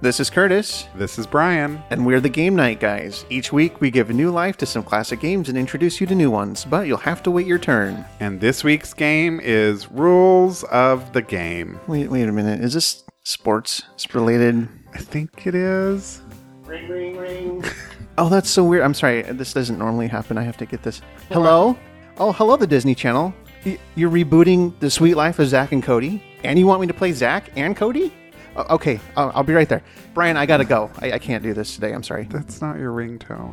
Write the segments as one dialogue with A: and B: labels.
A: This is Curtis,
B: This is Brian.
A: and we're the Game Night Guys. Each week, we give new life to some classic games and introduce you to new ones, but you'll have to wait your turn.
B: And this week's game is Rules of the Game.
A: Wait, wait a minute. Is this sports related?
B: I think it is.
C: Ring, ring, ring.
A: Oh, that's so weird. I'm sorry. This doesn't normally happen. I have to get this. Hello? Oh, hello, the Disney Channel. Y- You're rebooting The Sweet Life of Zach and Cody? And you want me to play Zach and Cody? O- Okay, I'll I'll be right there. Brian, I gotta go. I, I can't do this today. I'm sorry.
B: That's not your ringtone.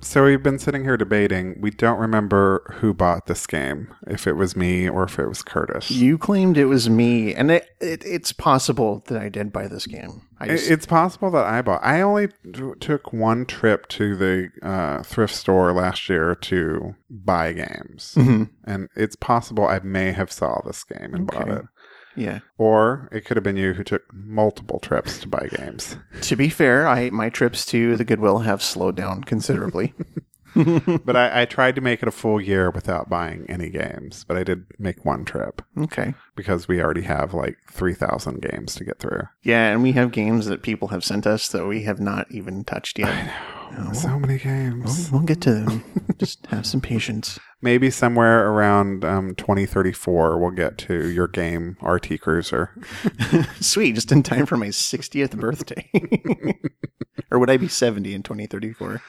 B: So we've been sitting here debating. We don't remember who bought this game, if it was me or if it was Curtis.
A: You claimed it was me, and it, it, it's possible that I did buy this game. I
B: I-
A: just,
B: It's possible that I bought. I only t- took one trip to the uh, thrift store last year to buy games,
A: Mm-hmm.
B: and it's possible I may have saw this game and bought
A: Okay.
B: it,
A: yeah.
B: or it could have been you who took multiple trips to buy games.
A: To be fair, I my trips to the Goodwill have slowed down considerably.
B: but I, I tried to make it a full year without buying any games, but I did make one trip
A: okay.
B: because we already have like three thousand games to get through.
A: Yeah, and we have games that people have sent us that we have not even touched yet. Oh.
B: So many games.
A: We'll get to them. Just have some patience.
B: Maybe somewhere around um, 2034, we'll get to your game, RT Cruiser.
A: Sweet, just in time for my 60th birthday. or would I be 70 in 2034?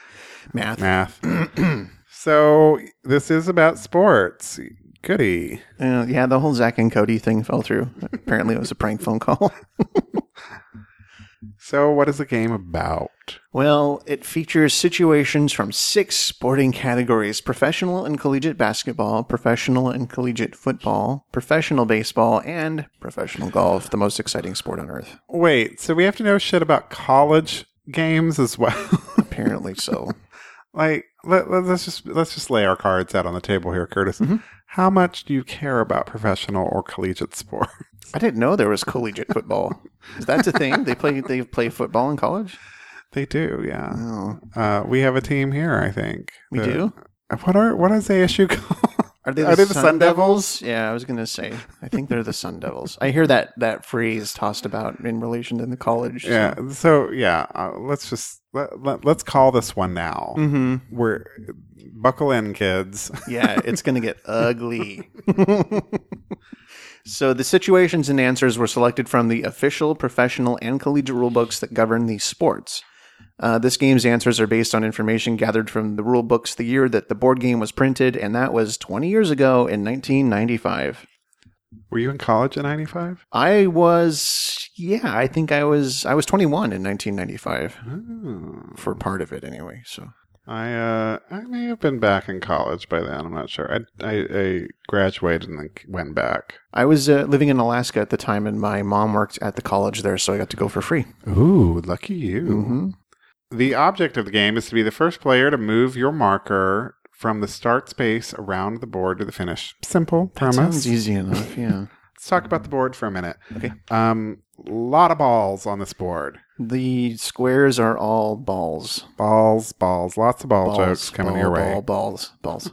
A: Math.
B: Math. so this is about sports. Goody.
A: Uh, yeah, the whole Zach and Cody thing fell through. Apparently, it was a prank phone call.
B: So what is the game about?
A: Well, it features situations from six sporting categories professional and collegiate basketball, professional and collegiate football, professional baseball, and professional golf, the most exciting sport on earth.
B: Wait, so we have to know shit about college games as well.
A: Apparently so.
B: like let, let, us just let's just lay our cards out on the table here, Curtis.
A: Mm-hmm.
B: How much do you care about professional or collegiate sport?
A: I didn't know there was collegiate football. Is that a thing? They play they play football in college?
B: they do, yeah.
A: Oh.
B: Uh, we have a team here, I think.
A: We
B: The-
A: do?
B: What are what is the issue called?
A: Are they the, Sun, Devils? Yeah, I was gonna say. I think they're the Sun Devils. I hear that that phrase tossed about in relation to the college.
B: Yeah. So yeah, uh, let's just let, let, let's call this one now.
A: Mm-hmm.
B: We're buckle in, kids.
A: Yeah, it's going to get ugly. so the situations and answers were selected from the official, professional, and collegiate rule books that govern these sports. Uh, this game's answers are based on information gathered from the rule books the year that the board game was printed, and that was 20 years ago in 1995.
B: Were you in college in '95?
A: I was, yeah, I think I was, I was 21 in 1995 for part of it anyway. So
B: Oh, I uh, I may have been back in college by then. I'm not sure. I I, I graduated and then went back.
A: I was uh, living in Alaska at the time, and my mom worked at the college there, so I got to go for free.
B: Ooh, lucky you.
A: hmm
B: The object of the game is to be the first player to move your marker from the start space around the board to the finish. Simple
A: That
B: premise.
A: Sounds easy enough, yeah.
B: Let's talk about the board for a minute.
A: Okay.
B: Um, lot of balls on this board.
A: the squares are all balls.
B: balls, balls, lots of ball
A: balls
B: jokes coming
A: ball,
B: your way.
A: ball, Balls, balls.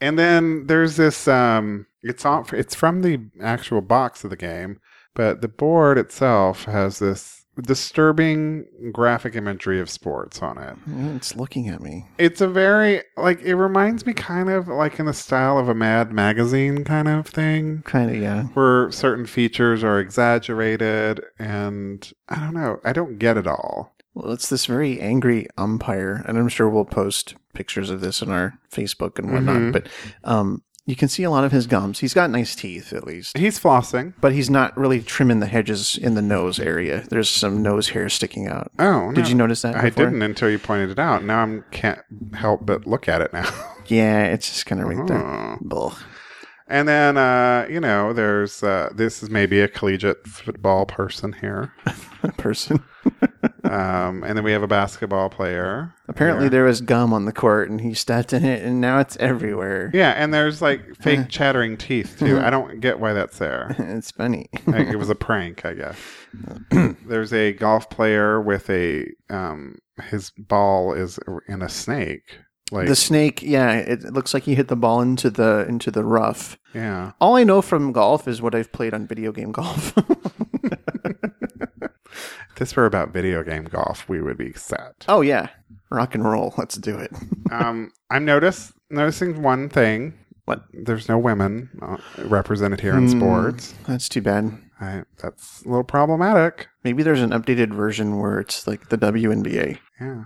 B: And then there's this. Um, it's on. It's from the actual box of the game, but the board itself has this disturbing graphic imagery of sports on it.
A: Mm, it's looking at me.
B: It's a very like it reminds me kind of like in the style of a Mad magazine kind of thing.
A: Kind of, yeah.
B: Where certain features are exaggerated, and I don't know, I don't get it all.
A: Well, it's this very angry umpire, and I'm sure we'll post pictures of this on our Facebook and whatnot.
B: Mhm.
A: But um, you can see a lot of his gums. He's got nice teeth, at least.
B: He's flossing.
A: But he's not really trimming the hedges in the nose area. There's some nose hair sticking out.
B: Oh,
A: Did
B: no.
A: you notice that?
B: I
A: before?
B: didn't until you pointed it out. Now I can't help but look at it now.
A: Yeah, it's just kind of right there.
B: Oh.
A: Bull.
B: and then, uh, you know, there's uh, this is maybe a collegiate football person here.
A: Person.
B: Um, and then we have a basketball player.
A: Apparently,
B: there.
A: there was gum on the court, and he stepped in it, and now it's everywhere.
B: Yeah, and there's like fake chattering teeth too.
A: Mm-hmm.
B: I don't get why that's there.
A: It's funny.
B: Like, it was a prank, I guess. there's a golf player with a um his ball is in a snake. Like
A: the snake, yeah, it, it looks like he hit the ball into the into the rough.
B: yeah.
A: All I know from golf is what I've played on video game golf.
B: If this were about video game golf, we would be set.
A: oh yeah, rock and roll. Let's do it.
B: um I'm notice noticing one thing.
A: What?
B: There's no women uh, represented here in sports.
A: That's too bad.
B: I, that's a little problematic.
A: Maybe there's an updated version where it's like the WNBA.
B: Yeah.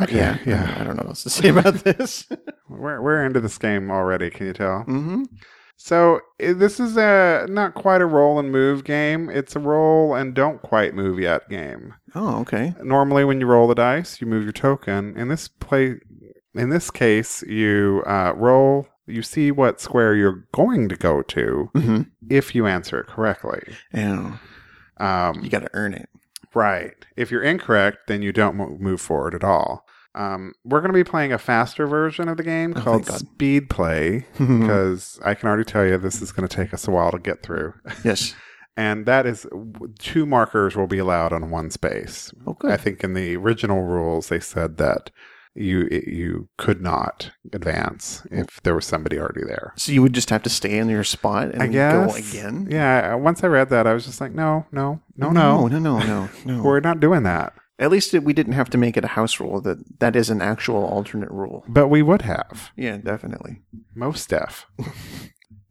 B: Okay.
A: yeah,
B: yeah.
A: I don't know what else to say about this.
B: We're we're into this game already. Can you tell?
A: hmm
B: So i- this is a not quite a roll and move game. It's a roll and don't quite move yet game.
A: Oh, okay.
B: Normally, when you roll the dice, you move your token. In this play, in this case, you uh, roll. You see what square you're going to go to
A: hmm
B: if you answer it correctly.
A: Yeah,
B: Um,
A: you got to earn it.
B: Right. If you're incorrect, then you don't mo- move forward at all. Um, we're going to be playing a faster version of the game
A: Oh,
B: called
A: thank God. Hmm.
B: Speed Play because I can already tell you this is going to take us a while to get through.
A: Yes.
B: And that is two markers will be allowed on one space.
A: Oh, good.
B: I think in the original rules they said that you you could not advance
A: Hmm.
B: if there was somebody already there.
A: So you would just have to stay in your spot and
B: I guess
A: go again.
B: Yeah. Once I read that, I was just like, no, no, no, no,
A: no, no, no, no.
B: we're not doing that.
A: At least it, we didn't have to make it a house rule. That that is an actual alternate rule.
B: But we would have.
A: Yeah, definitely.
B: Most deaf.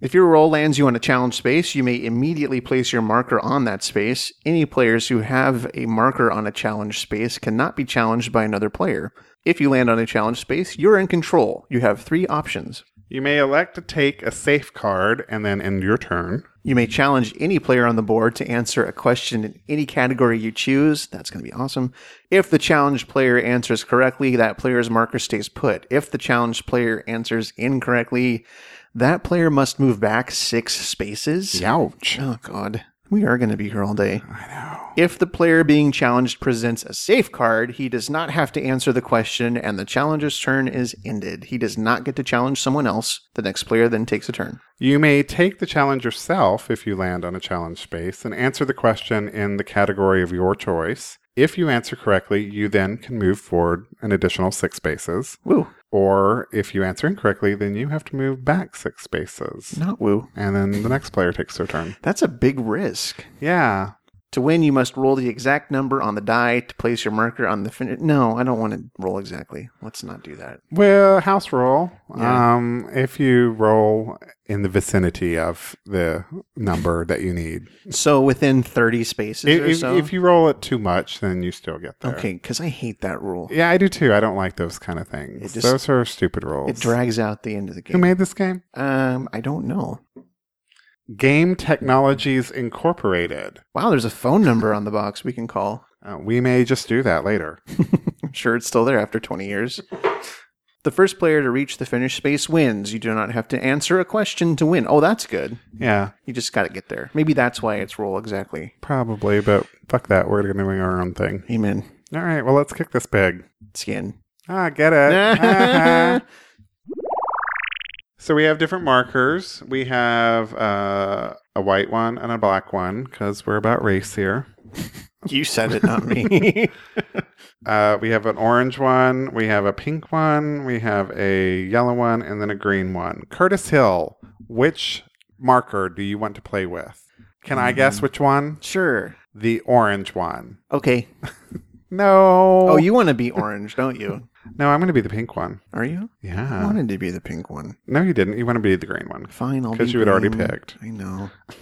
A: If your roll lands you on a challenge space, you may immediately place your marker on that space. Any players who have a marker on a challenge space cannot be challenged by another player. If you land on a challenge space, you're in control. You have three options.
B: You may elect to take a safe card and then end your turn.
A: You may challenge any player on the board to answer a question in any category you choose. That's going to be awesome. If the challenged player answers correctly, that player's marker stays put. If the challenged player answers incorrectly, that player must move back six spaces.
B: Ouch.
A: Oh, God. We are going to be here all day. I know. If the player being challenged presents a safe card, he does not have to answer the question, and the challenger's turn is ended. He does not get to challenge someone else. The next player then takes a turn.
B: You may take the challenge yourself if you land on a challenge space and answer the question in the category of your choice. If you answer correctly, you then can move forward an additional six spaces.
A: Woo.
B: Or if you answer incorrectly, then you have to move back six spaces.
A: Not woo.
B: And then the next player takes their turn.
A: That's a big risk.
B: Yeah.
A: To win, you must roll the exact number on the die to place your marker on the finish. No, I don't want to roll exactly. Let's not do that.
B: Well, house roll.
A: Yeah.
B: Um, if you roll in the vicinity of the number that you need,
A: So within 30 spaces
B: if,
A: or
B: if-
A: so.
B: if you roll it too much, then you still get there.
A: okay, because I hate that rule.
B: Yeah, I do too. I don't like those kind of things.
A: It just-
B: those are stupid rules.
A: It drags out the end of the
B: Who
A: game.
B: made this game?
A: Um, I don't know.
B: Game Technologies Incorporated.
A: Wow, there's a phone number on the box we can call.
B: Uh, we may just do that later.
A: I'm sure it's still there after 20 years. The first player to reach the finish space wins. You do not have to answer a question to win. Oh, that's good.
B: Yeah,
A: You just got to get there. Maybe that's why it's roll exactly.
B: probably, but fuck that. We're doing our own thing.
A: Amen.
B: All right, well, let's kick this pig.
A: Skin.
B: Ah, get it. so we have different markers. We have uh, a white one and a black one because we're about race here.
A: You said it, not me.
B: Uh, we have an orange one, we have a pink one, we have a yellow one, and then a green one. Curtis Hill, which marker do you want to play with? Can I
A: Mm-hmm.
B: guess which one?
A: sure.
B: The orange one.
A: Okay.
B: No.
A: Oh, you want to be orange, don't you?
B: No, I'm going to be the pink one.
A: Are you? I
B: Yeah.
A: wanted to be the pink one.
B: No, you didn't. You want to be the green one.
A: Fine, I'll
B: 'Cause
A: be
B: you had already
A: green.
B: picked.
A: I know.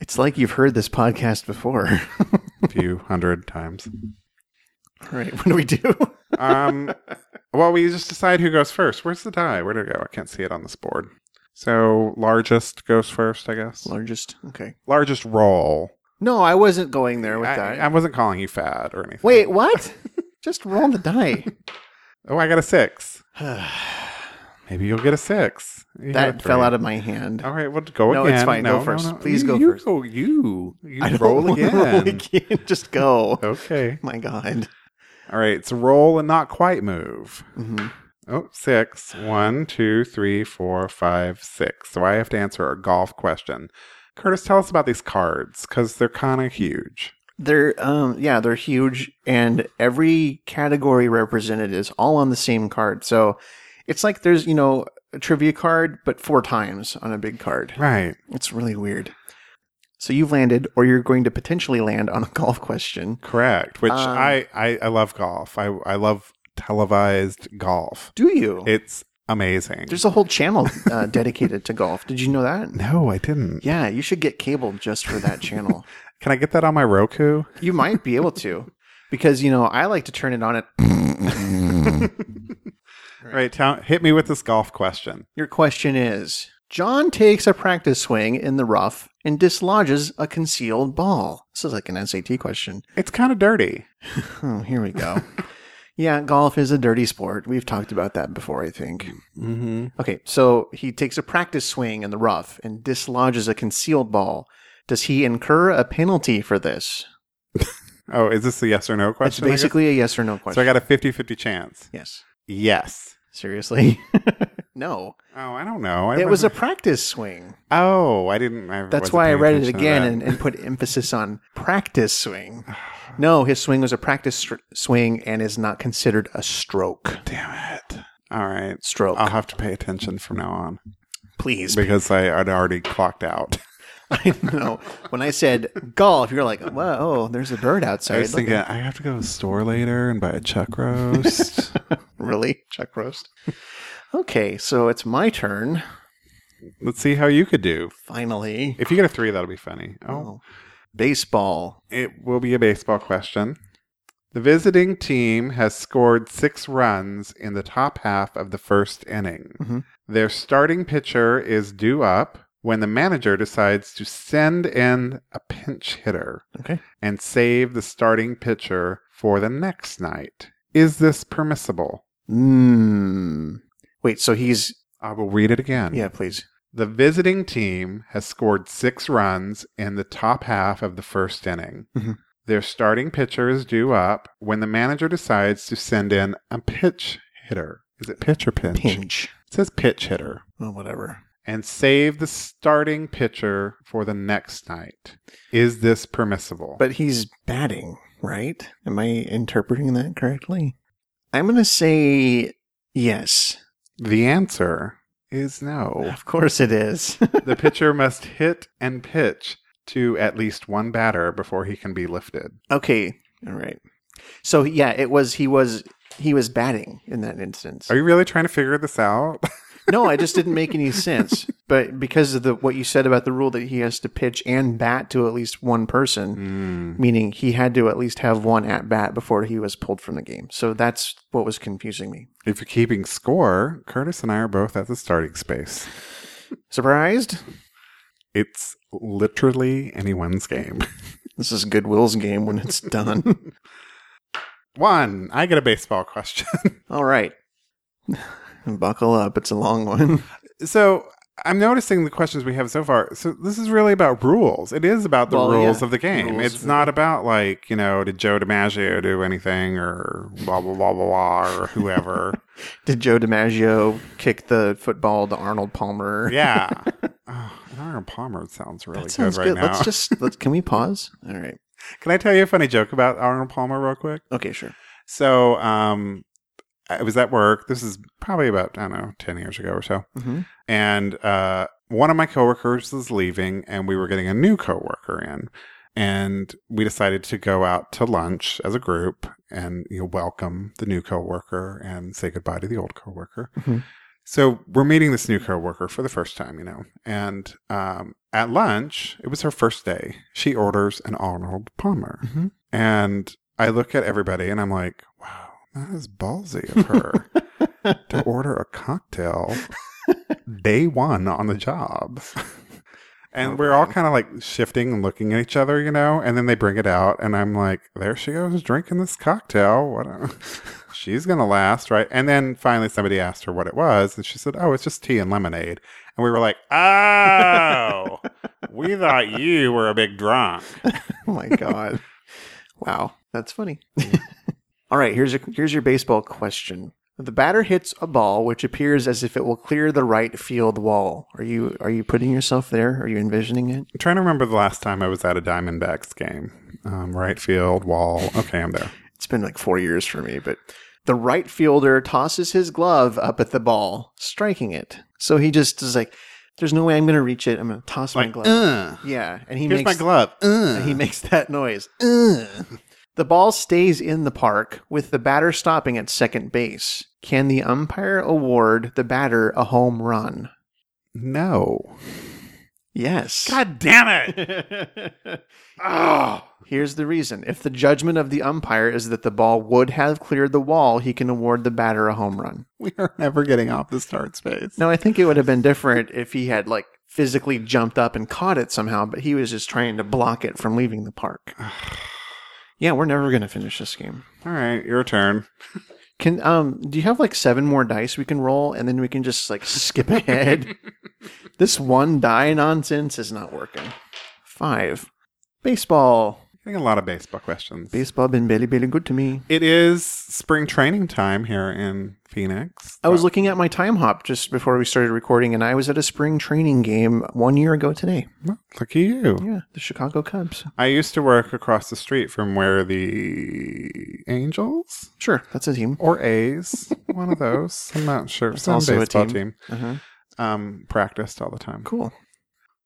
A: it's like you've heard this podcast before.
B: A few hundred times.
A: All right, what do we do?
B: Um, well, we just decide who goes first. Where's the die? Where did it go? I can't see it on this board. So largest goes first, I guess.
A: Largest. Okay.
B: Largest roll.
A: No, I wasn't going there with
B: I,
A: that.
B: I wasn't calling you fat or anything.
A: Wait, what? Just roll the die.
B: Oh, I got a six. Maybe you'll get a six. You got a
A: That fell
B: three. Oh,
A: out of my hand.
B: All right, well, go
A: No,
B: again.
A: it's fine. Go
B: No, no,
A: first.
B: no.
A: Please
B: You-
A: go
B: you
A: first.
B: Go you. You
A: I don't
B: roll
A: wanna
B: again. Oh.
A: Roll again. Just go.
B: Okay.
A: My God.
B: All right. It's roll and not quite move.
A: hmm
B: Oh, six. One, two, three, four, five, six. So I have to answer a golf question. Curtis, tell us about these cards because they're kind of huge.
A: They're um yeah, they're huge and every category represented is all on the same card. So it's like there's, you know, a trivia card but four times on a big card.
B: Right.
A: It's really weird. So you've landed or you're going to potentially land on a golf question.
B: Correct. Which
A: Um,
B: I, I I love golf. I I love televised golf.
A: Do you?
B: It's amazing.
A: There's a whole channel uh, dedicated to golf. Did you know that?
B: no, I didn't.
A: Yeah, you should get cable just for that channel.
B: Can I get that on my Roku?
A: You might be able to, because you know I like to turn it on at.
B: All right, tell, hit me with this golf question.
A: Your question is: John takes a practice swing in the rough and dislodges a concealed ball. This is like an SAT question.
B: It's kind of dirty.
A: Oh, here we go. yeah, golf is a dirty sport. We've talked about that before, I think.
B: Mm-hmm.
A: Okay, so he takes a practice swing in the rough and dislodges a concealed ball. Does he incur a penalty for this?
B: Oh, is this a yes or no
A: It's
B: question? I guess?
A: basically a yes or no question.
B: so I got a 50 50 chance.
A: yes.
B: Yes.
A: Seriously? no.
B: Oh, I don't know. I
A: it was a
B: wasn't-
A: practice swing.
B: Oh, I didn't. I
A: That's
B: wasn't
A: why I
B: paying
A: read it
B: attention to
A: again
B: that.
A: and, and put emphasis on practice swing. No, his swing was a practice str- swing and is not considered a stroke.
B: Damn it. All right.
A: Stroke.
B: I'll have to pay attention from now on
A: Please.
B: because I, I'd already clocked out.
A: I know. When I said golf, you're like, whoa, oh, there's a bird outside.
B: I was
A: Look
B: thinking I have to go to the store later and buy a chuck roast.
A: Really? Chuck roast? okay, so it's my turn,
B: Let's see how you could do.
A: finally.
B: If you get a three, that'll be funny. oh.
A: Oh. Baseball.
B: It will be a baseball question. The visiting team has scored six runs in the top half of the first inning.
A: Mhm.
B: Their starting pitcher is due up when the manager decides to send in a pinch hitter
A: Okay.
B: and save the starting pitcher for the next night. Is this permissible?
A: Mm. Wait, so he's.
B: I will read it again.
A: Yeah, please.
B: The visiting team has scored six runs in the top half of the first inning.
A: Mhm.
B: Their starting pitcher is due up when the manager decides to send in a pitch hitter. Is it pitch or pinch?
A: Pinch.
B: It says pitch hitter.
A: Oh, whatever.
B: And save the starting pitcher for the next night. Is this permissible?
A: But he's batting, right? Am I interpreting that correctly? I'm going to say yes.
B: the answer is no.
A: Of course it is.
B: the pitcher must hit and pitch to at least one batter before he can be lifted.
A: okay. All right. So yeah, it was he was he was batting in that instance.
B: Are you really trying to figure this out?
A: no, I just didn't make any sense. But because of the what you said about the rule that he has to pitch and bat to at least one person,
B: Hmm.
A: meaning he had to at least have one at bat before he was pulled from the game. So that's what was confusing me.
B: If you're keeping score, Curtis and I are both at the starting space.
A: Surprised?
B: It's literally anyone's game.
A: This is Goodwill's game when it's done.
B: One, I get a baseball question.
A: All right. Buckle up. It's a long one.
B: so I'm noticing the questions we have so far. So this is really about rules. It is about the
A: Well,
B: rules
A: yeah.
B: of the game.
A: Rules
B: It's
A: of the
B: not about like, you know, did Joe DiMaggio do anything or blah blah blah blah blah or whoever.
A: Did Joe DiMaggio kick the football to Arnold Palmer?
B: yeah. Oh, and Aaron Palmer sounds really
A: that sounds
B: good
A: good.
B: right now.
A: Let's just let's can we pause? All right.
B: Can I tell you a funny joke about Arnold Palmer real quick?
A: Okay, sure.
B: So, um, I was at work. This is probably about, I don't know, 10 years ago or so.
A: Mm-hmm.
B: And uh, one of my coworkers was leaving, and we were getting a new coworker in. And we decided to go out to lunch as a group and you know, welcome the new coworker and say goodbye to the old coworker.
A: Mhm.
B: So we're meeting this new coworker for the first time, you know. And um, at lunch, it was her first day. She orders an Arnold Palmer.
A: Mhm.
B: And I look at everybody and I'm like, wow, that is ballsy of her to order a cocktail day one on the job. and we're all kind of like shifting and looking at each other, you know, and then they bring it out and I'm like, there she goes drinking this cocktail. What a- she's gonna last, right? And then finally somebody asked her what it was, and she said, "Oh, it's just tea and lemonade." And we were like, "Oh, we thought you were a big drunk."
A: Oh my god. wow, that's funny. All right, here's your here's your baseball question. The batter hits a ball which appears as if it will clear the right field wall. Are you are you putting yourself there? Are you envisioning it?
B: I'm trying to remember the last time I was at a Diamondbacks game. Um, right field wall. Okay, I'm there.
A: It's been like 4 years for me, but the right fielder tosses his glove up at the ball, striking it. So he just is like there's no way I'm going to reach it. I'm going to toss my
B: Like,
A: glove.
B: uh,
A: yeah, and he
B: here's my
A: makes
B: glove. Uh.
A: and he makes that noise. Ugh. The ball stays in the park with the batter stopping at second base. Can the umpire award the batter a home run?
B: no.
A: Yes.
B: God damn it! oh.
A: Here's the reason. If the judgment of the umpire is that the ball would have cleared the wall, he can award the batter a home run.
B: We are never getting off the start space.
A: Now, I think it would have been different if he had, like, physically jumped up and caught it somehow, but he was just trying to block it from leaving the park. yeah, we're never going to finish this game.
B: All right, your turn.
A: Can um do you have like seven more dice we can roll and then we can just like skip ahead? this one die nonsense is not working. Five. Baseball.
B: Getting a lot of baseball questions.
A: Baseball been very, very good to me.
B: It is spring training time here in Phoenix.
A: I was looking at my time hop just before we started recording and I was at a spring training game one year ago today.
B: Well, Look at you.
A: Yeah, the Chicago Cubs.
B: I used to work across the street from where the Angels
A: Sure, that's a team.
B: or A's, one of those. I'm not sure. Some
A: also a
B: baseball
A: team.
B: team,
A: Uh-huh.
B: um, practiced all the time.
A: Cool.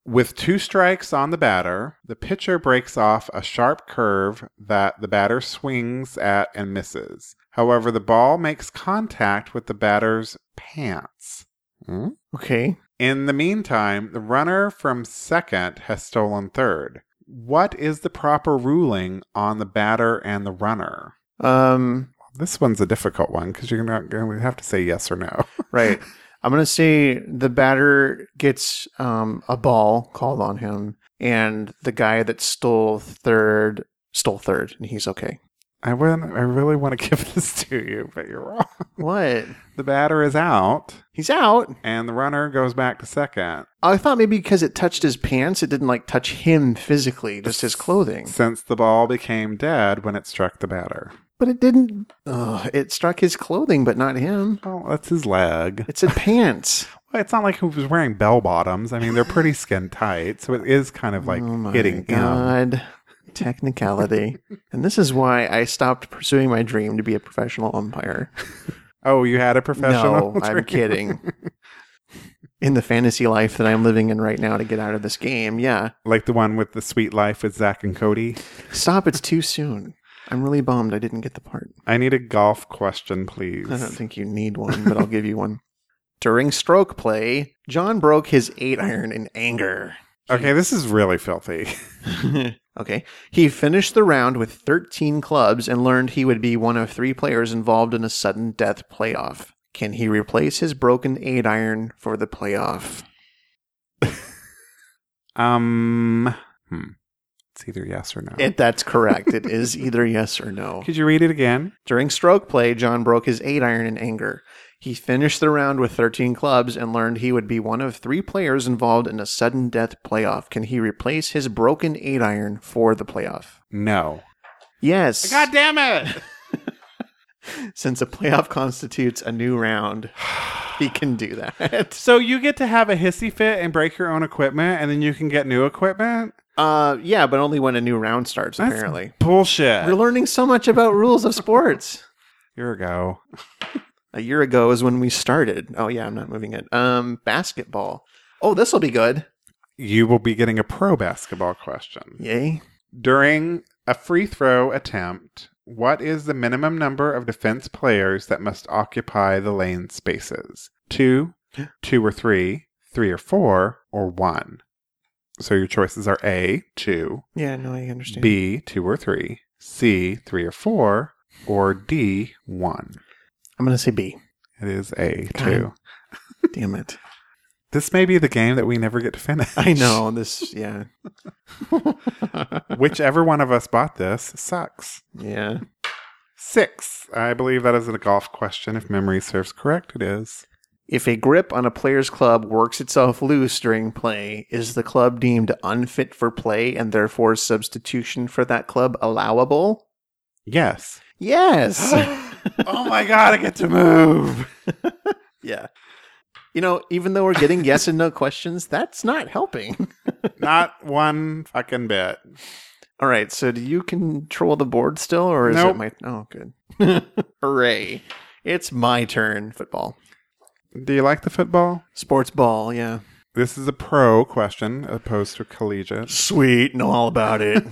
B: With two strikes on the batter, the pitcher breaks off a sharp curve that the batter swings at and misses. However, the ball makes contact with the batter's pants. Hmm?
A: Okay.
B: In the meantime, the runner from second has stolen third. What is the proper ruling on the batter and the runner?
A: Um
B: This one's a difficult one because you're not going to have to say yes or no.
A: Right. I'm gonna say the batter gets um, a ball called on him, and the guy that stole third stole third, and he's okay.
B: I would I really want to give this to you, but you're wrong.
A: What?
B: The batter is out,
A: He's out.
B: and the runner goes back to second.
A: I thought maybe because it touched his pants, it didn't like touch him physically, just his clothing.
B: Since the ball became dead when it struck the batter.
A: But it didn't. Ugh, it struck his clothing, but not him.
B: Oh, that's his leg.
A: It said pants.
B: Well, it's not like he was wearing bell bottoms. I mean, they're pretty skin tight, so it is kind of like
A: oh my
B: hitting him.
A: god. Technicality. and this is why I stopped pursuing my dream to be a professional umpire.
B: Oh, you had a professional.
A: No, I'm
B: drink?
A: kidding. In the fantasy life that I'm living in right now to get out of this game, yeah.
B: Like the one with the sweet life with Zach and Cody.
A: Stop, it's too soon. I'm really bummed I didn't get the part.
B: I need a golf question, please.
A: I don't think you need one, but I'll give you one. During stroke play, John broke his eight iron in anger.
B: okay, this is really filthy.
A: okay. He finished the round with 13 clubs and learned he would be one of three players involved in a sudden death playoff. Can he replace his broken eight iron for the playoff?
B: Um, hmm. it's either yes or no.
A: It, that's correct. It is either yes or no.
B: Could you read it again?
A: During stroke play, John broke his eight iron in anger. He finished the round with 13 clubs and learned he would be one of three players involved in a sudden death playoff. Can he replace his broken eight iron for the playoff?
B: No.
A: Yes.
B: damn it!
A: Since a playoff constitutes a new round, he can do that.
B: so you get to have a hissy fit and break your own equipment, and then you can get new equipment.
A: Uh, yeah, but only when a new round starts,
B: That's
A: apparently.
B: bullshit.
A: We're learning so much about rules of sports.
B: Here we go.
A: A year ago is when we started. Oh, yeah, I'm not moving it. Um, basketball. Oh, this will be good.
B: You will be getting a pro basketball question.
A: Yay.
B: During a free throw attempt, what is the minimum number of defense players that must occupy the lane spaces? Two, two or three, three or four, or one? So your choices are A, two,
A: Yeah, no, I understand.
B: B, two or three, C, three or four, or D, one.
A: I'm going to say B.
B: It is A,
A: God.
B: two.
A: Damn it.
B: This may be the game that we never get to finish.
A: I know this. Yeah.
B: Whichever one of us bought this sucks.
A: Yeah.
B: Six. I believe that is a golf question. If memory serves correct, it is.
A: If a grip on a player's club works itself loose during play, is the club deemed unfit for play and therefore substitution for that club allowable?
B: Yes.
A: Yes.
B: oh my god, I get to move.
A: yeah. You know, even though we're getting yes and no questions, that's not helping.
B: Not one fucking bit.
A: All right, so do you control the board still, or is
B: Nope.
A: it my? Oh, good. Hooray! It's my turn. Football,
B: Do you like the football?
A: sports ball. Yeah.
B: This is a pro question opposed to collegiate.
A: Sweet, know all about it.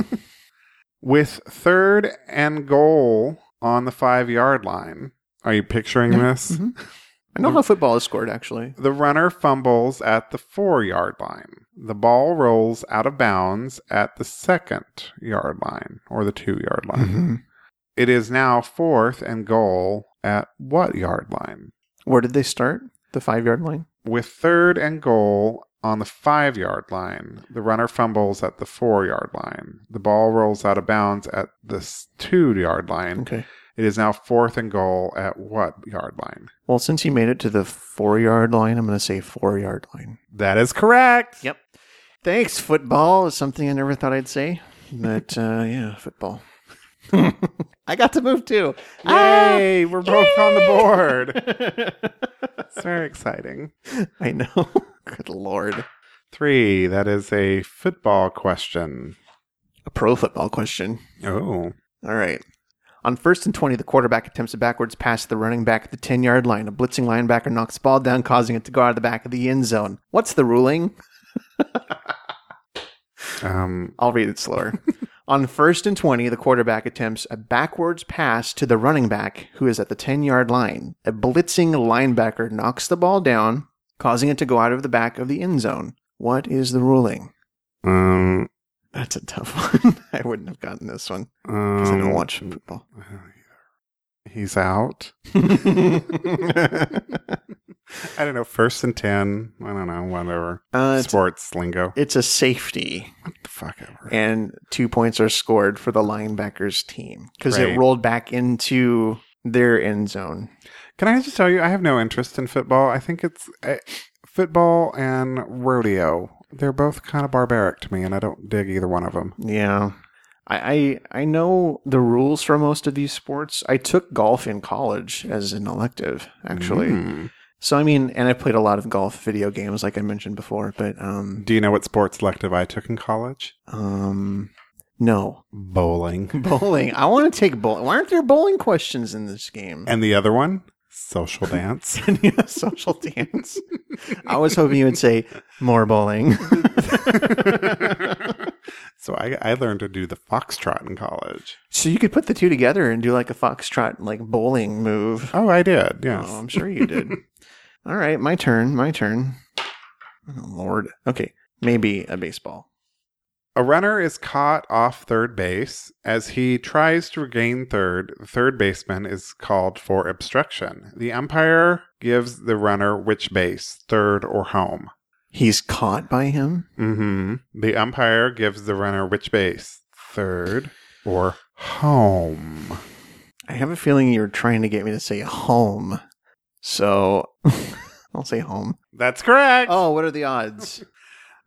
B: With third and goal on the five yard line, are you picturing this?
A: I know how football is scored, actually.
B: The runner fumbles at the four yard line. The ball rolls out of bounds at the second yard line or the two yard line.
A: Mm-hmm.
B: It is now fourth and goal at what yard line?
A: Where did they start? The five yard line.
B: With third and goal on the five yard line, the runner fumbles at the four yard line. The ball rolls out of bounds at the s- two yard line.
A: Okay.
B: It is now fourth and goal at what yard line?
A: Well, since you made it to the four yard line, I'm going to say four yard line.
B: That is correct.
A: Yep. Thanks, football is something I never thought I'd say, but uh, yeah, football. I got to move too. Ah,
B: Yay! We're both on the board. it's very exciting.
A: I know. Good lord.
B: Three, that is a football question.
A: A pro football question.
B: Oh.
A: All right. On first and 20, the quarterback attempts a backwards pass to the running back at the 10 yard line. A blitzing linebacker knocks the ball down, causing it to go out of the back of the end zone. What's the ruling?
B: Um,
A: I'll read it slower. On first and 20, the quarterback attempts a backwards pass to the running back who is at the 10 yard line. A blitzing linebacker knocks the ball down, causing it to go out of the back of the end zone. What is the ruling?
B: um,
A: That's a tough one. I wouldn't have gotten this one because I don't watch football.
B: um, He's out. I don't know. First and 10. I don't know. Whatever.
A: Uh, it's,
B: Sports lingo.
A: it's a safety,
B: What the fuck ever.
A: and two points are scored for the linebackers team because
B: Right.
A: it rolled back into their end zone.
B: Can I just tell you, I have no interest in football. I think it's uh, football and rodeo. They're both kind of barbaric to me, and I don't dig either one of them.
A: Yeah. I, I I know the rules for most of these sports. I took golf in college as an elective, actually. So I mean, and I played a lot of golf video games, like I mentioned before. But um,
B: Do you know what sports elective I took in college?
A: um, no
B: Bowling.
A: bowling. I want to take bowling. Why aren't there bowling questions in this game?
B: And the other one? Social dance.
A: Yeah, social dance. I was hoping you would say more bowling.
B: so I, I learned to do the foxtrot in college.
A: so you could put the two together and do like a foxtrot, like bowling move.
B: Oh, I did. Yes.
A: Oh, I'm sure you did. All right, my turn. My turn. Oh, Lord. Okay, maybe a baseball.
B: A runner is caught off third base. As he tries to regain third, the third baseman is called for obstruction. The umpire gives the runner which base, third or home.
A: He's caught by him.
B: hmm The umpire gives the runner which base, third or home.
A: I have a feeling you're trying to get me to say home. So I'll say home.
B: That's correct.
A: Oh, what are the odds?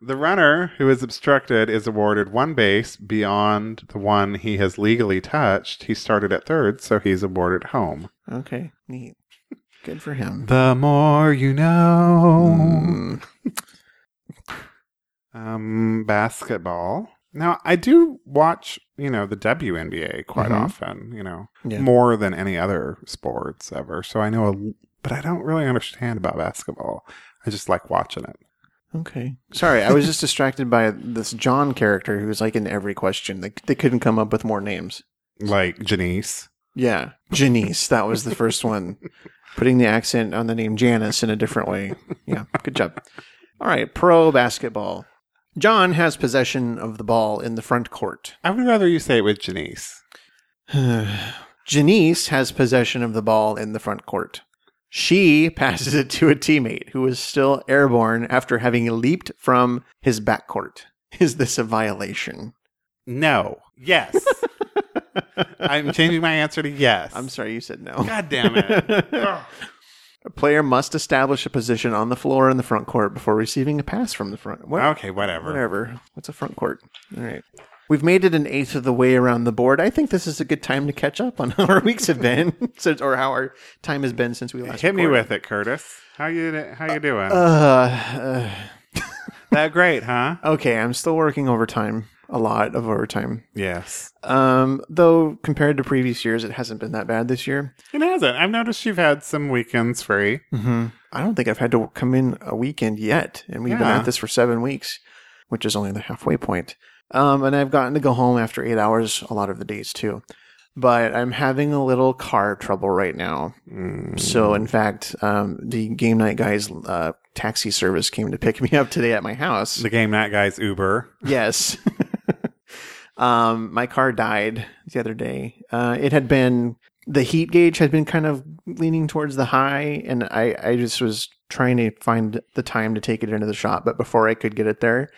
B: The runner who is obstructed is awarded one base beyond the one he has legally touched. He started at third, so he's awarded home.
A: Okay, neat. Good for him.
B: The more you know.
A: Mm. Hmm.
B: Um, basketball. Now, I do watch, you know, the WNBA quite
A: Mhm.
B: often, you know,
A: Yeah.
B: more than any other sports ever. So I know, a, but I don't really understand about basketball. I just like watching it.
A: Okay. Sorry, I was just distracted by this John character who's like in every question. They, they couldn't come up with more names.
B: Like Janice.
A: Yeah. Janice, that was the first one. Putting the accent on the name Janice in a different way. Yeah, good job. All right, pro basketball. John has possession of the ball in the front court.
B: I would rather you say it with Janice.
A: Janice has possession of the ball in the front court. She passes it to a teammate who is still airborne after having leaped from his backcourt. Is this a violation?
B: No. Yes. I'm changing my answer to yes.
A: I'm sorry, you said no.
B: God damn it. Ugh.
A: A player must establish a position on the floor in the front court before receiving a pass from the front. What?
B: okay, whatever.
A: Whatever. What's a front court? All right. We've made it an eighth of the way around the board. I think this is a good time to catch up on how our weeks have been, since, or how our time has been since we last.
B: Hit me
A: recorded.
B: with it, Curtis. How you how you doing?
A: Uh,
B: that great, huh?
A: uh, okay, I'm still working overtime. A lot of overtime.
B: Yes.
A: Um, though compared to previous years, it hasn't been that bad this year.
B: It hasn't. I've noticed you've had some weekends free.
A: Mm-hmm. I don't think I've had to come in a weekend yet, and we've been
B: Yeah.
A: at this for seven weeks, which is only the halfway point. Um, and I've gotten to go home after eight hours a lot of the days too. But I'm having a little car trouble right now. So, in fact, um, the game night guys' uh, taxi service came to pick me up today at my house.
B: The game night guy's Uber.
A: Yes. um, my car died the other day. Uh, it had been the heat gauge had been kind of leaning towards the high, and I I just was trying to find the time to take it into the shop, but before I could get it there,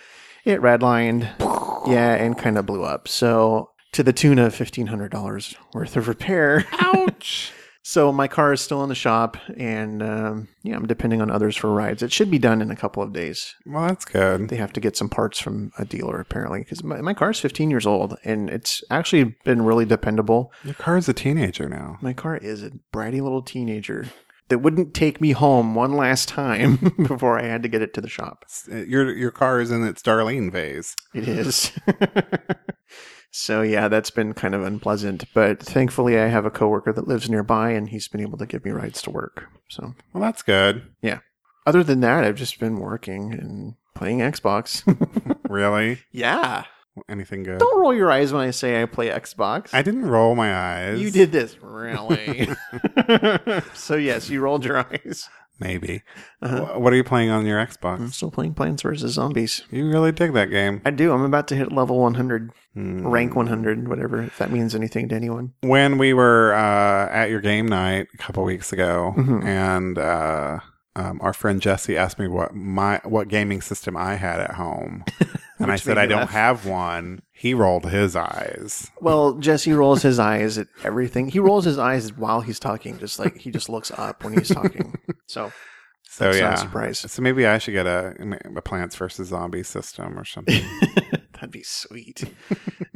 A: it redlined. Yeah, and kind of blew up. So to the tune of fifteen hundred dollars worth of repair.
B: Ouch.
A: So my car is still in the shop, and um, yeah, I'm depending on others for rides. It should be done in a couple of days
B: well, that's good.
A: they have to get some parts from a dealer apparently because my, my car's 15 years old and it's actually been really dependable
B: Your car's a teenager now.
A: my car is a bratty little teenager that wouldn't take me home one last time before i had to get it to the shop
B: It's- uh, Your your car is in its Darlene phase.
A: it is so yeah that's been kind of unpleasant but thankfully i have a coworker that lives nearby and he's been able to give me rides to work so
B: Well, that's good.
A: other than that i've just been working and playing xbox
B: Really?
A: yeah
B: Anything good?
A: don't roll your eyes when i say i play xbox
B: I didn't roll my eyes.
A: You did this, really? so yes, you rolled your eyes.
B: Maybe.
A: Uh-huh. Hmm.
B: Wh- What are you playing on your
A: I'm
B: Xbox?
A: still playing Plants vs Zombies.
B: You really dig that game.
A: I do. I'm about to hit level 100,
B: Hmm.
A: rank 100, whatever. If that means anything to anyone.
B: when we were uh, at your game night a couple weeks ago,
A: Mhm.
B: and uh, um, our friend Jesse asked me what my what gaming system I had at home, and I
A: Which
B: said
A: made
B: I
A: you
B: don't
A: laugh.
B: have one. He rolled his eyes.
A: Well, Jesse rolls his eyes at everything. He rolls his eyes while he's talking, just like he just looks up when he's talking. So
B: So
A: it's not a
B: Oh, yeah.
A: surprise.
B: So maybe I should get a, a Plants vs Zombies system or something.
A: That'd be sweet.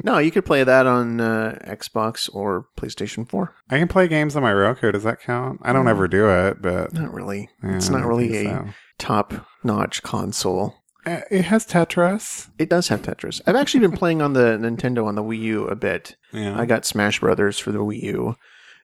A: no, you could play that on uh, Xbox or PlayStation 4.
B: I can play games on my Roku. Does that count? I don't ever do it, but
A: Not really.
B: yeah,
A: Mm. it's
B: I
A: not
B: don't
A: really
B: think
A: a
B: so.
A: top-notch console.
B: Uh, It has Tetris.
A: It does have Tetris. I've actually been playing on the Nintendo on the Wii U a bit.
B: Yeah.
A: I got Smash Brothers for the Wii U,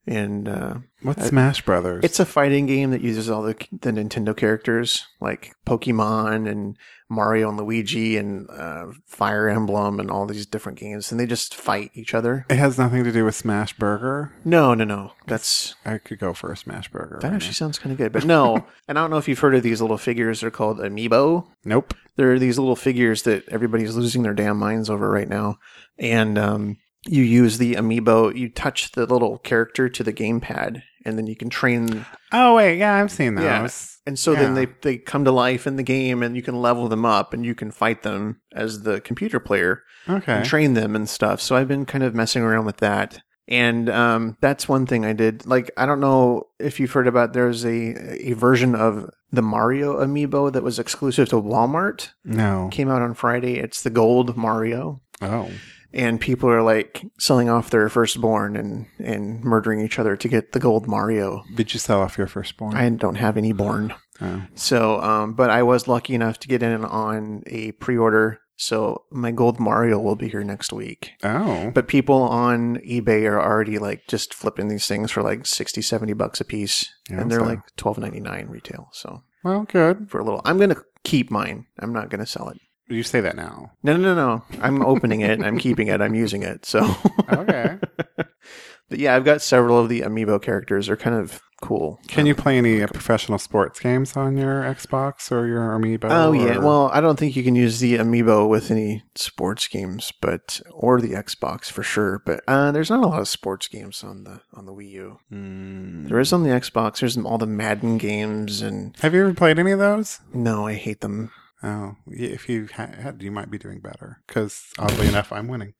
A: and uh,
B: What's Smash Brothers?
A: it's a fighting game that uses all the the Nintendo characters like Pokemon and Mario and Luigi and uh, Fire Emblem and all these different games, and they just fight each other.
B: it has nothing to do with Smash Burger.
A: No, no, no. That's
B: I could go for a smash burger.
A: that
B: right
A: actually sounds kind of good, but no. and I don't know if you've heard of these little figures. They're called Amiibo.
B: now. Nope.
A: there are these little figures that everybody's losing their damn minds over right now and um, you use the amiibo you touch the little character to the gamepad and then you can train
B: Oh wait, yeah, I've seen those.
A: Yeah. and so then
B: Yeah.
A: they, they come to life in the game and you can level them up and you can fight them as the computer player
B: Okay.
A: and train them and stuff. So I've been kind of messing around with that. And um, that's one thing I did. Like I don't know if you've heard about there's a a version of the Mario amiibo that was exclusive to Walmart
B: no.
A: came out on Friday. It's the gold Mario.
B: Oh.
A: And people are like selling off their firstborn and, and murdering each other to get the gold Mario.
B: Did you sell off your firstborn?
A: I don't have any born.
B: oh.
A: So, um, but I was lucky enough to get in on a pre order. So my gold Mario will be here next week.
B: Oh.
A: But people on eBay are already like just flipping these things for like 60, 70 bucks a piece.
B: Yeah,
A: and they're
B: so-
A: like twelve ninety nine retail. So
B: well, good.
A: for a little, I'm going to keep mine. I'm not going to sell it.
B: You say that now.
A: No, no, no, no. I'm opening it. I'm keeping it. I'm using it. So,
B: Okay.
A: but yeah, I've got several of the amiibo characters. They're kind of cool.
B: Can you play any uh, professional sports games on your Xbox or your Amiibo?
A: Oh yeah.
B: or-
A: Well, I don't think you can use the amiibo with any sports games, but or the Xbox for sure. But uh, there's not a lot of sports games on the on the Wii U.
B: Hmm.
A: There is on the Xbox. There's all the Madden games, and
B: Have you ever played any of those?
A: no, I hate them.
B: Oh, y- if you ha- had, you might be doing better because oddly enough, I'm winning.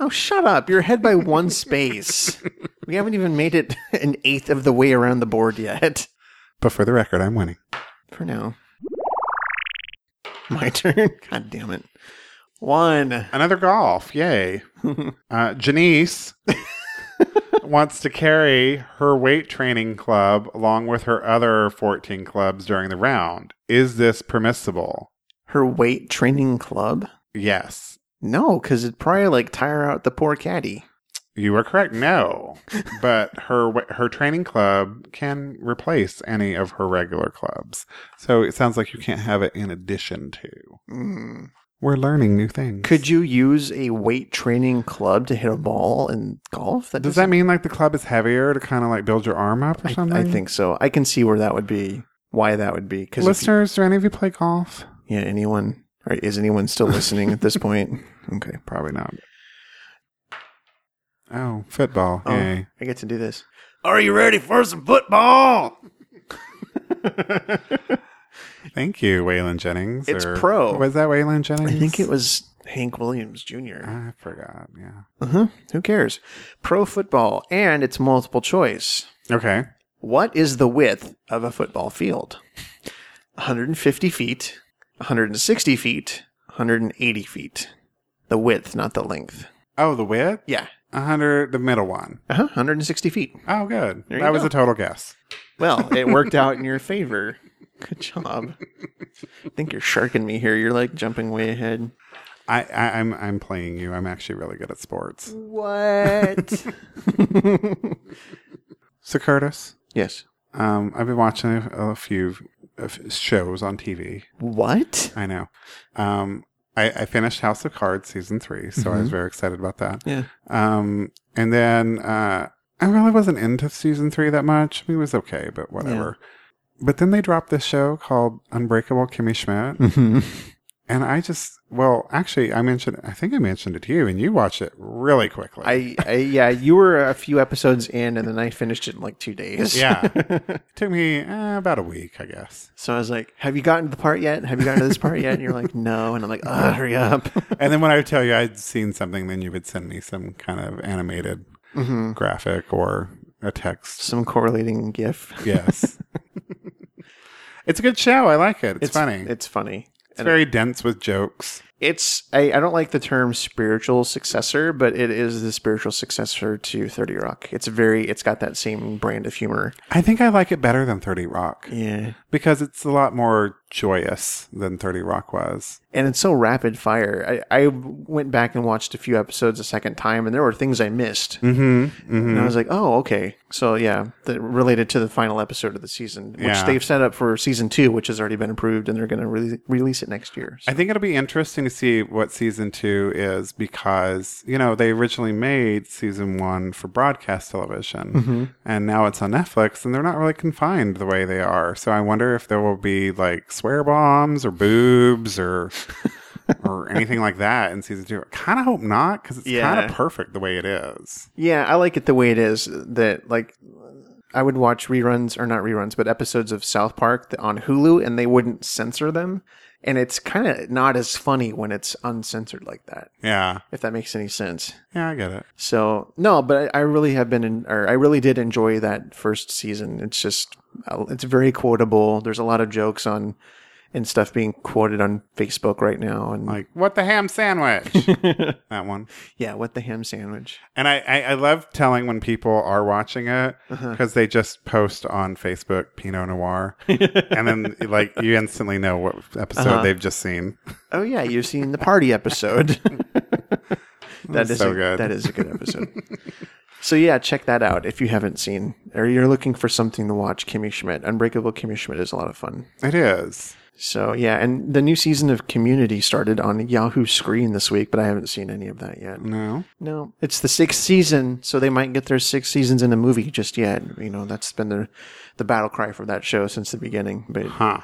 A: Oh, shut up. You're ahead by one space. We haven't even made it an eighth of the way around the board yet.
B: But for the record, I'm winning.
A: For now. My turn. God damn it. One.
B: Another golf. Yay. uh, Janice wants to carry her weight training club along with her other 14 clubs during the round. Is this permissible?
A: Her weight training club?
B: Yes.
A: No, because it'd probably like tire out the poor caddy.
B: You are correct. No, but her her training club can replace any of her regular clubs. So it sounds like you can't have it in addition to.
A: Mm.
B: We're learning new things.
A: Could you use a weight training club to hit a ball in golf?
B: Does
A: doesn't-
B: that mean like the club is heavier to kind of like build your arm up or
A: I-
B: something?
A: I, think so. I can see where that would be, why that would be. Because
B: Listeners, do any of you play golf?
A: yeah, anyone, or is anyone still listening at this point? Okay.
B: Probably not. Oh, football!
A: Oh,
B: Yay!
A: I get to do this.
B: Are you ready for some football? Thank you, Waylon Jennings.
A: It's pro.
B: Was that Waylon Jennings?
A: I think it was Hank Williams Jr.
B: I forgot. Yeah.
A: Uh-huh. Who cares? Pro football, and it's multiple choice.
B: Okay.
A: What is the width of a football field? 150 feet, 160 feet, 180 feet. The width, not the length.
B: Oh, the width?
A: Yeah.
B: A hundred, the middle one.
A: Uh huh. 160 feet.
B: Oh, good.
A: There you
B: that was
A: go.
B: a total guess.
A: Well, it worked out in your favor. Good job. I think you're sharking me here. You're like jumping way ahead.
B: I, I, I'm, I'm playing you. I'm actually really good at sports.
A: What?
B: So Curtis,
A: yes.
B: um, I've been watching a, a few of shows on TV.
A: What?
B: I know. Um, I, I finished House of Cards season three, so I was very excited about that.
A: Yeah.
B: Um, and then uh, I really wasn't into season three that much. I mean, it was okay, but whatever. But then they dropped this show called Unbreakable Kimmy Schmidt.
A: Mm-hmm.
B: And I just, well, actually, I mentioned, I think I mentioned it to you, and you watched it really quickly.
A: I, I yeah, you were a few episodes in, and then I finished it in like two days.
B: yeah. it took me eh, about a week, I guess.
A: So I was like, "Have you gotten to the part yet? Have you gotten to this part yet?" And you're like, "No," and I'm like, "Ah, hurry up."
B: And then when I would tell you I'd seen something, then you would send me some kind of animated
A: Mhm.
B: graphic or a text.
A: Some correlating GIF.
B: Yes. it's a good show. I like it. It's, funny. It's,
A: It's funny. and
B: very dense with jokes.
A: It's I, I don't like the term spiritual successor, but it is the spiritual successor to Thirty Rock. It's very it's got that same brand of humor.
B: I think I like it better than 30 Rock
A: Yeah.
B: because it's a lot more joyous than 30 Rock was.
A: And it's so rapid fire. I, I went back and watched a few episodes a second time and there were things I missed.
B: Mm-hmm. Mm-hmm.
A: And I was like, oh, okay. So, yeah, the, related to the final episode of the season, which
B: Yeah.
A: they've set up for season two, which has already been approved, and they're going to re- release it next year. So-
B: I think it'll be interesting to see what season two is because, you know, they originally made season one for broadcast television and now it's on Netflix and they're not really confined the way they are. So I wonder if there will be like swear bombs or boobs or. or anything like that in season two. I kind of hope not because it's kind
A: Yeah.
B: of perfect the way it is.
A: yeah, I like it the way it is that, like, I would watch reruns, or not reruns, but episodes of South Park th- on Hulu, and they wouldn't censor them. And it's kind of not as funny when it's uncensored like that,
B: Yeah.
A: if that makes any sense.
B: Yeah, I get it.
A: So no, but I I really have been, in, or I really did enjoy that first season. It's just, uh, it's very quotable. There's a lot of jokes on, and stuff being quoted on Facebook right now, and
B: Like, what the ham sandwich? that one.
A: yeah, what the ham sandwich?
B: And I, I, I love telling when people are watching it because
A: Uh-huh.
B: they just post on Facebook Pinot Noir, and then like you instantly know what episode
A: Uh-huh.
B: they've just seen.
A: Oh yeah, you've seen the party episode. that is
B: so
A: a,
B: good.
A: That is a good episode. so yeah, check that out if you haven't seen, or you're looking for something to watch. Kimmy Schmidt, Unbreakable Kimmy Schmidt is a lot of fun.
B: It is.
A: So yeah, and the new season of Community started on Yahoo Screen this week, but I haven't seen any of that yet.
B: No,
A: No, it's the sixth season, so they might get their six seasons in a movie just yet. You know, that's been the the battle cry for that show since the beginning. But
B: huh?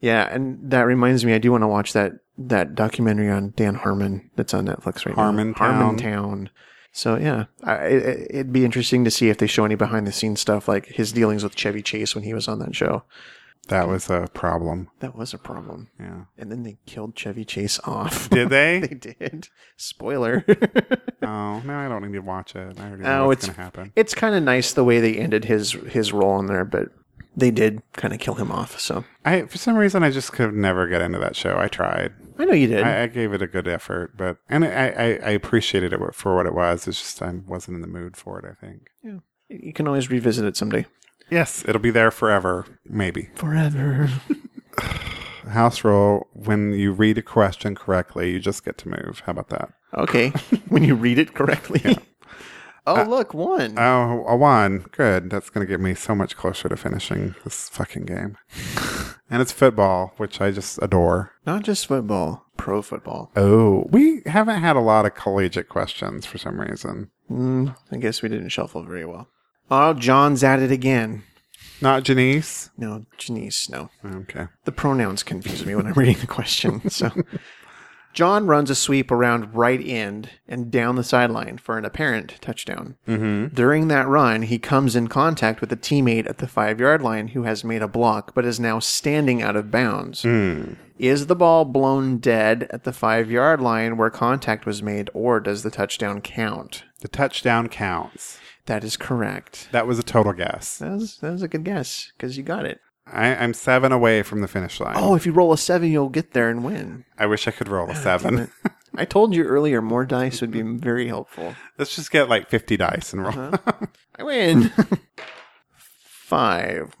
A: yeah, and that reminds me, I do want to watch that that documentary on Dan Harmon that's on Netflix right
B: Harmontown.
A: now. Harmontown. So yeah, I, it, it'd be interesting to see if they show any behind the scenes stuff, like his dealings with Chevy Chase when he was on that show.
B: That was a problem.
A: That was a problem.
B: Yeah.
A: And then they killed Chevy Chase off.
B: Did
A: they
B: they?
A: did. Spoiler.
B: oh, no, I don't need to watch it. I already know
A: Oh,
B: what's
A: it's-
B: going to happen.
A: it's kind of nice the way they ended his his role in there, but they did kind of kill him off. So
B: I For some reason, I just could never get into that show. I tried.
A: I know you did.
B: I, I gave it a good effort, but and I, I, I appreciated it for what it was. It's just I wasn't in the mood for it, I think.
A: yeah. You can always revisit it someday.
B: Yes, it'll be there forever, maybe.
A: Forever.
B: House rule when you read a question correctly, you just get to move. How about that?
A: okay. when you read it correctly. Oh, look, one.
B: Oh, a one. Good. That's going to get me so much closer to finishing this fucking game. and it's football, which I just adore.
A: Not just football, pro football.
B: Oh, we haven't had a lot of collegiate questions for some reason.
A: Mm, I guess we didn't shuffle very well. Oh, John's at it again.
B: Not Janice.
A: No, Janice, no.
B: Okay.
A: The pronouns confuse me when I'm reading the question. So, John runs a sweep around right end and down the sideline for an apparent touchdown. Mm-hmm. During that run, he comes in contact with a teammate at the five yard line who has made a block but is now standing out of bounds. Is the ball blown dead at the five yard line where contact was made, or does the touchdown count?
B: The touchdown counts.
A: That is correct.
B: That was a total guess.
A: That was, that was a good guess because you got it.
B: I, I'm seven away from the finish line.
A: Oh, if you roll a seven, you'll get there and win.
B: I wish I could roll a seven.
A: I told you earlier, more dice would be very helpful.
B: Let's just get like 50 dice and roll.
A: I win. Five.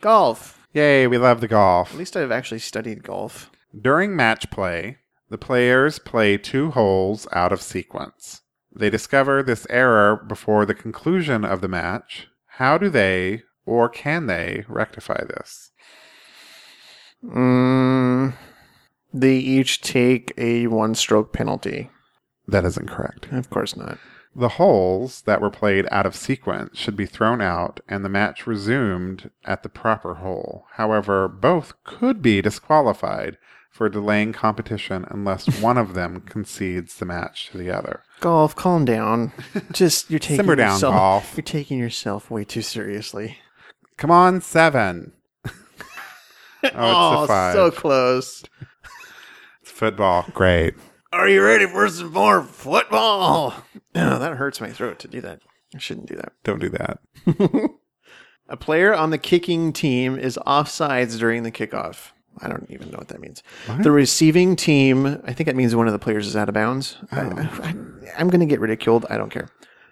A: Golf.
B: Yay, we love the golf.
A: At least I've actually studied golf.
B: During match play, the players play two holes out of sequence. They discover this error before the conclusion of the match. How do they or can they rectify this?
A: Mm, they each take a one stroke penalty.
B: That isn't correct.
A: Of course not.
B: The holes that were played out of sequence should be thrown out and the match resumed at the proper hole. However, both could be disqualified for delaying competition unless one of them concedes the match to the other.
A: Golf, calm down. Just you're taking
B: Simmer down,
A: yourself,
B: golf.
A: You're taking yourself way too seriously.
B: Come on, seven. oh, it's a five.
A: so close.
B: It's football. Great.
A: Are you ready for some more football? Oh, that hurts my throat to do that. I shouldn't do that.
B: Don't do that.
A: A player on the kicking team is offsides during the kickoff. I don't even know what that means. The receiving team, I think that means one of the players is out of bounds. I, I, I'm going to get ridiculed. I don't care.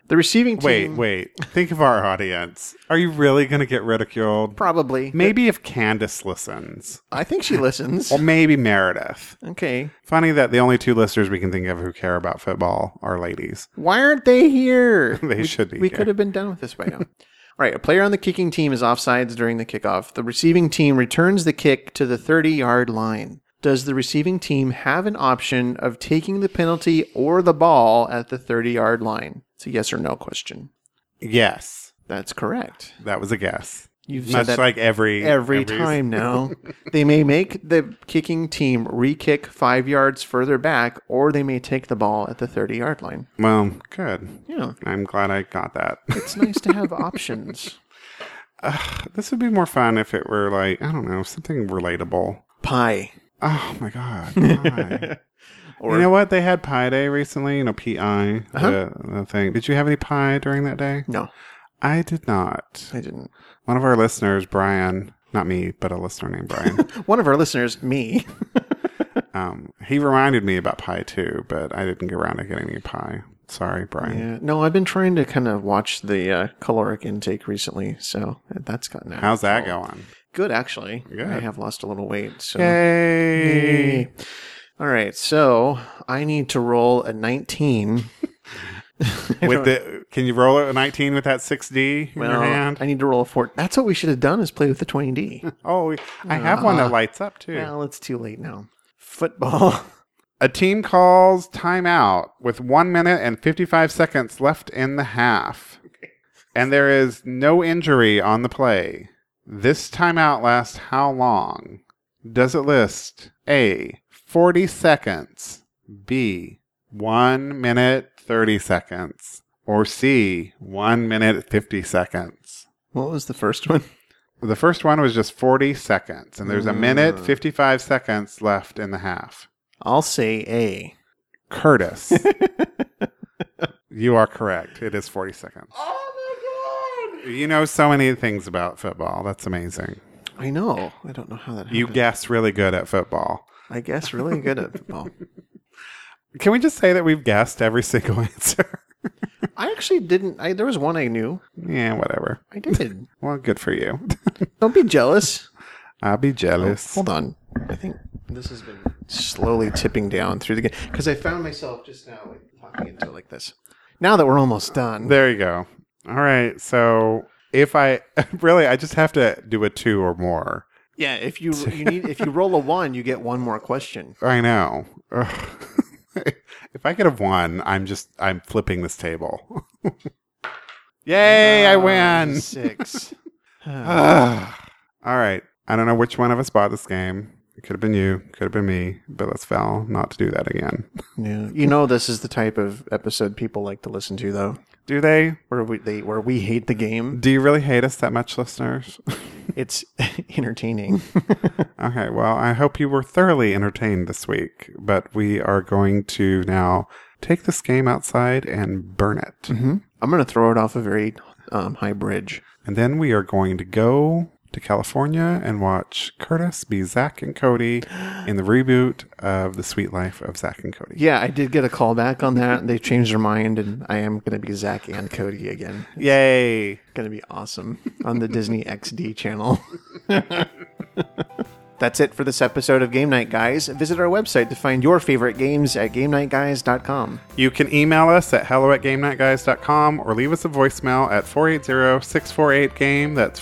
A: The receiving team.
B: Wait, wait. Think of our audience. Are you really going to get ridiculed?
A: Probably.
B: Maybe if Candace listens,
A: I think she listens.
B: or maybe Meredith.
A: Okay.
B: Funny that the only two listeners we can think of who care about football are ladies.
A: Why aren't they here?
B: They should be.
A: We
B: here.
A: could have been done with this by now. All right, a player on the kicking team is offsides during the kickoff. The receiving team returns the kick to the 30 yard line. Does the receiving team have an option of taking the penalty or the ball at the 30 yard line? It's a yes or no question.
B: Yes,
A: That's correct.
B: that was a guess.
A: You've said
B: Much
A: that
B: like every
A: every, time now. they may make the kicking team re kick five yards further back, or they may take the ball at the 30 yard line.
B: Well, good.
A: Yeah,
B: I'm glad I got that.
A: it's nice to have options.
B: this would be more fun if it were like I don't know something relatable.
A: Pie.
B: Oh my god! Pie.
A: Or- Uh-huh.
B: you know what? They had Pie Day recently. You know, PI the, the thing. Did you have any pie during that day?
A: No,
B: I did not.
A: I didn't.
B: One of our listeners, Brian, not me, but a listener named Brian.
A: One of our listeners, me.
B: Um, he reminded me about pie too, but I didn't get around to getting any pie. Sorry, Brian.
A: Yeah, no, I've been trying to kind of watch the uh, caloric intake recently, so that's gotten out.
B: How's that
A: going?
B: going?
A: Good, actually.
B: Good.
A: I have lost a little weight. So.
B: Yay!
A: Yay. All right, so I need to roll a 19.
B: With the, can you roll a 19 with that 6D in your
A: Well,
B: hand?
A: I need to roll a four. That's what we should have done is play with the 20D.
B: oh, I have one that lights up too.
A: uh, well, it's too late now. Football.
B: A team calls timeout with one minute and 55 seconds left in the half. And there is no injury on the play. This timeout lasts how long? Does it list A, 40 seconds, B, 1 minute 30 seconds, or C, 1 minute 50 seconds?
A: What was the first one?
B: The first one was just 40 seconds, and there's a minute, 55 seconds left in the half.
A: I'll say A.
B: Curtis. you are correct. It is 40 seconds.
A: Oh my
B: You know so many things about football. That's amazing.
A: I know. I don't know how that happened.
B: You guess really good at football.
A: I guess really good at football.
B: Can we just say that we've guessed every single answer?
A: I actually didn't. I, there was one I knew.
B: yeah, whatever.
A: I did.
B: Well, good for you.
A: Don't be jealous.
B: I'll be jealous.
A: Hold on. I think this has been slowly tipping down through the game because I found myself just now like talking into it like this. Now that we're almost done,
B: There you go. All right. So if I really, I just have to do a two or more.
A: yeah. If you you need if you roll a one, you get one more question.
B: I know. Ugh. if I could have won, I'm just I'm flipping this table. Yay! I win.
A: Six.
B: Ugh. All right. I don't know which one of us bought this game. It could have been you. Could have been me. But let's vow not to do that again.
A: Yeah. You know this is the type of episode people like to listen to though,
B: Do they?
A: where we they where we hate the game.
B: Do you really hate us that much, listeners?
A: It's entertaining.
B: Okay, well, I hope you were thoroughly entertained this week, but we are going to now take this game outside and burn it.
A: I'm gonna throw it off a very um, high bridge.
B: And then we are going to go to California and watch Curtis be Zach and Cody in the reboot of The Sweet Life of Zach and Cody.
A: Yeah, I did get a call back on that. They changed their mind, and I am gonna be Zach and Cody again.
B: Yay!
A: Gonna be awesome on the Disney XD channel. That's it for this episode of Game Night Guys. Visit our website to find your favorite games at GameNightGuys.com.
B: You can email us at hello at GameNightGuys.com or leave us a voicemail at 480-648-GAME. That's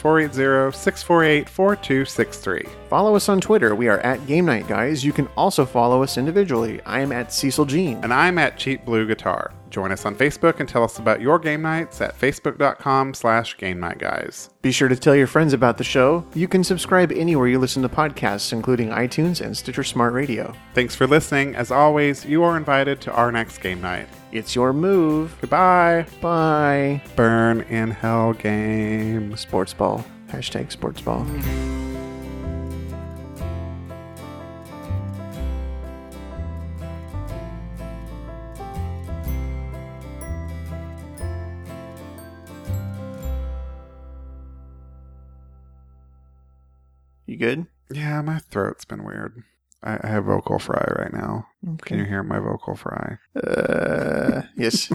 B: 480-648-4263.
A: Follow us on Twitter. We are at Game Night Guys. You can also follow us individually. I am at Cecil Jean.
B: and I'm at Cheap Blue Guitar. Join us on Facebook and tell us about your game nights at facebook.com slash game night guys.
A: Be sure to tell your friends about the show. You can subscribe anywhere you listen to podcasts, including iTunes and Stitcher Smart Radio.
B: Thanks for listening. As always, you are invited to our next game night.
A: It's your move.
B: Goodbye.
A: Bye.
B: Burn in hell games.
A: Sports ball. Hashtag sports ball. You good?
B: Yeah, my throat's been weird. I, I have vocal fry right now. Can you hear my vocal fry?
A: Uh, yes.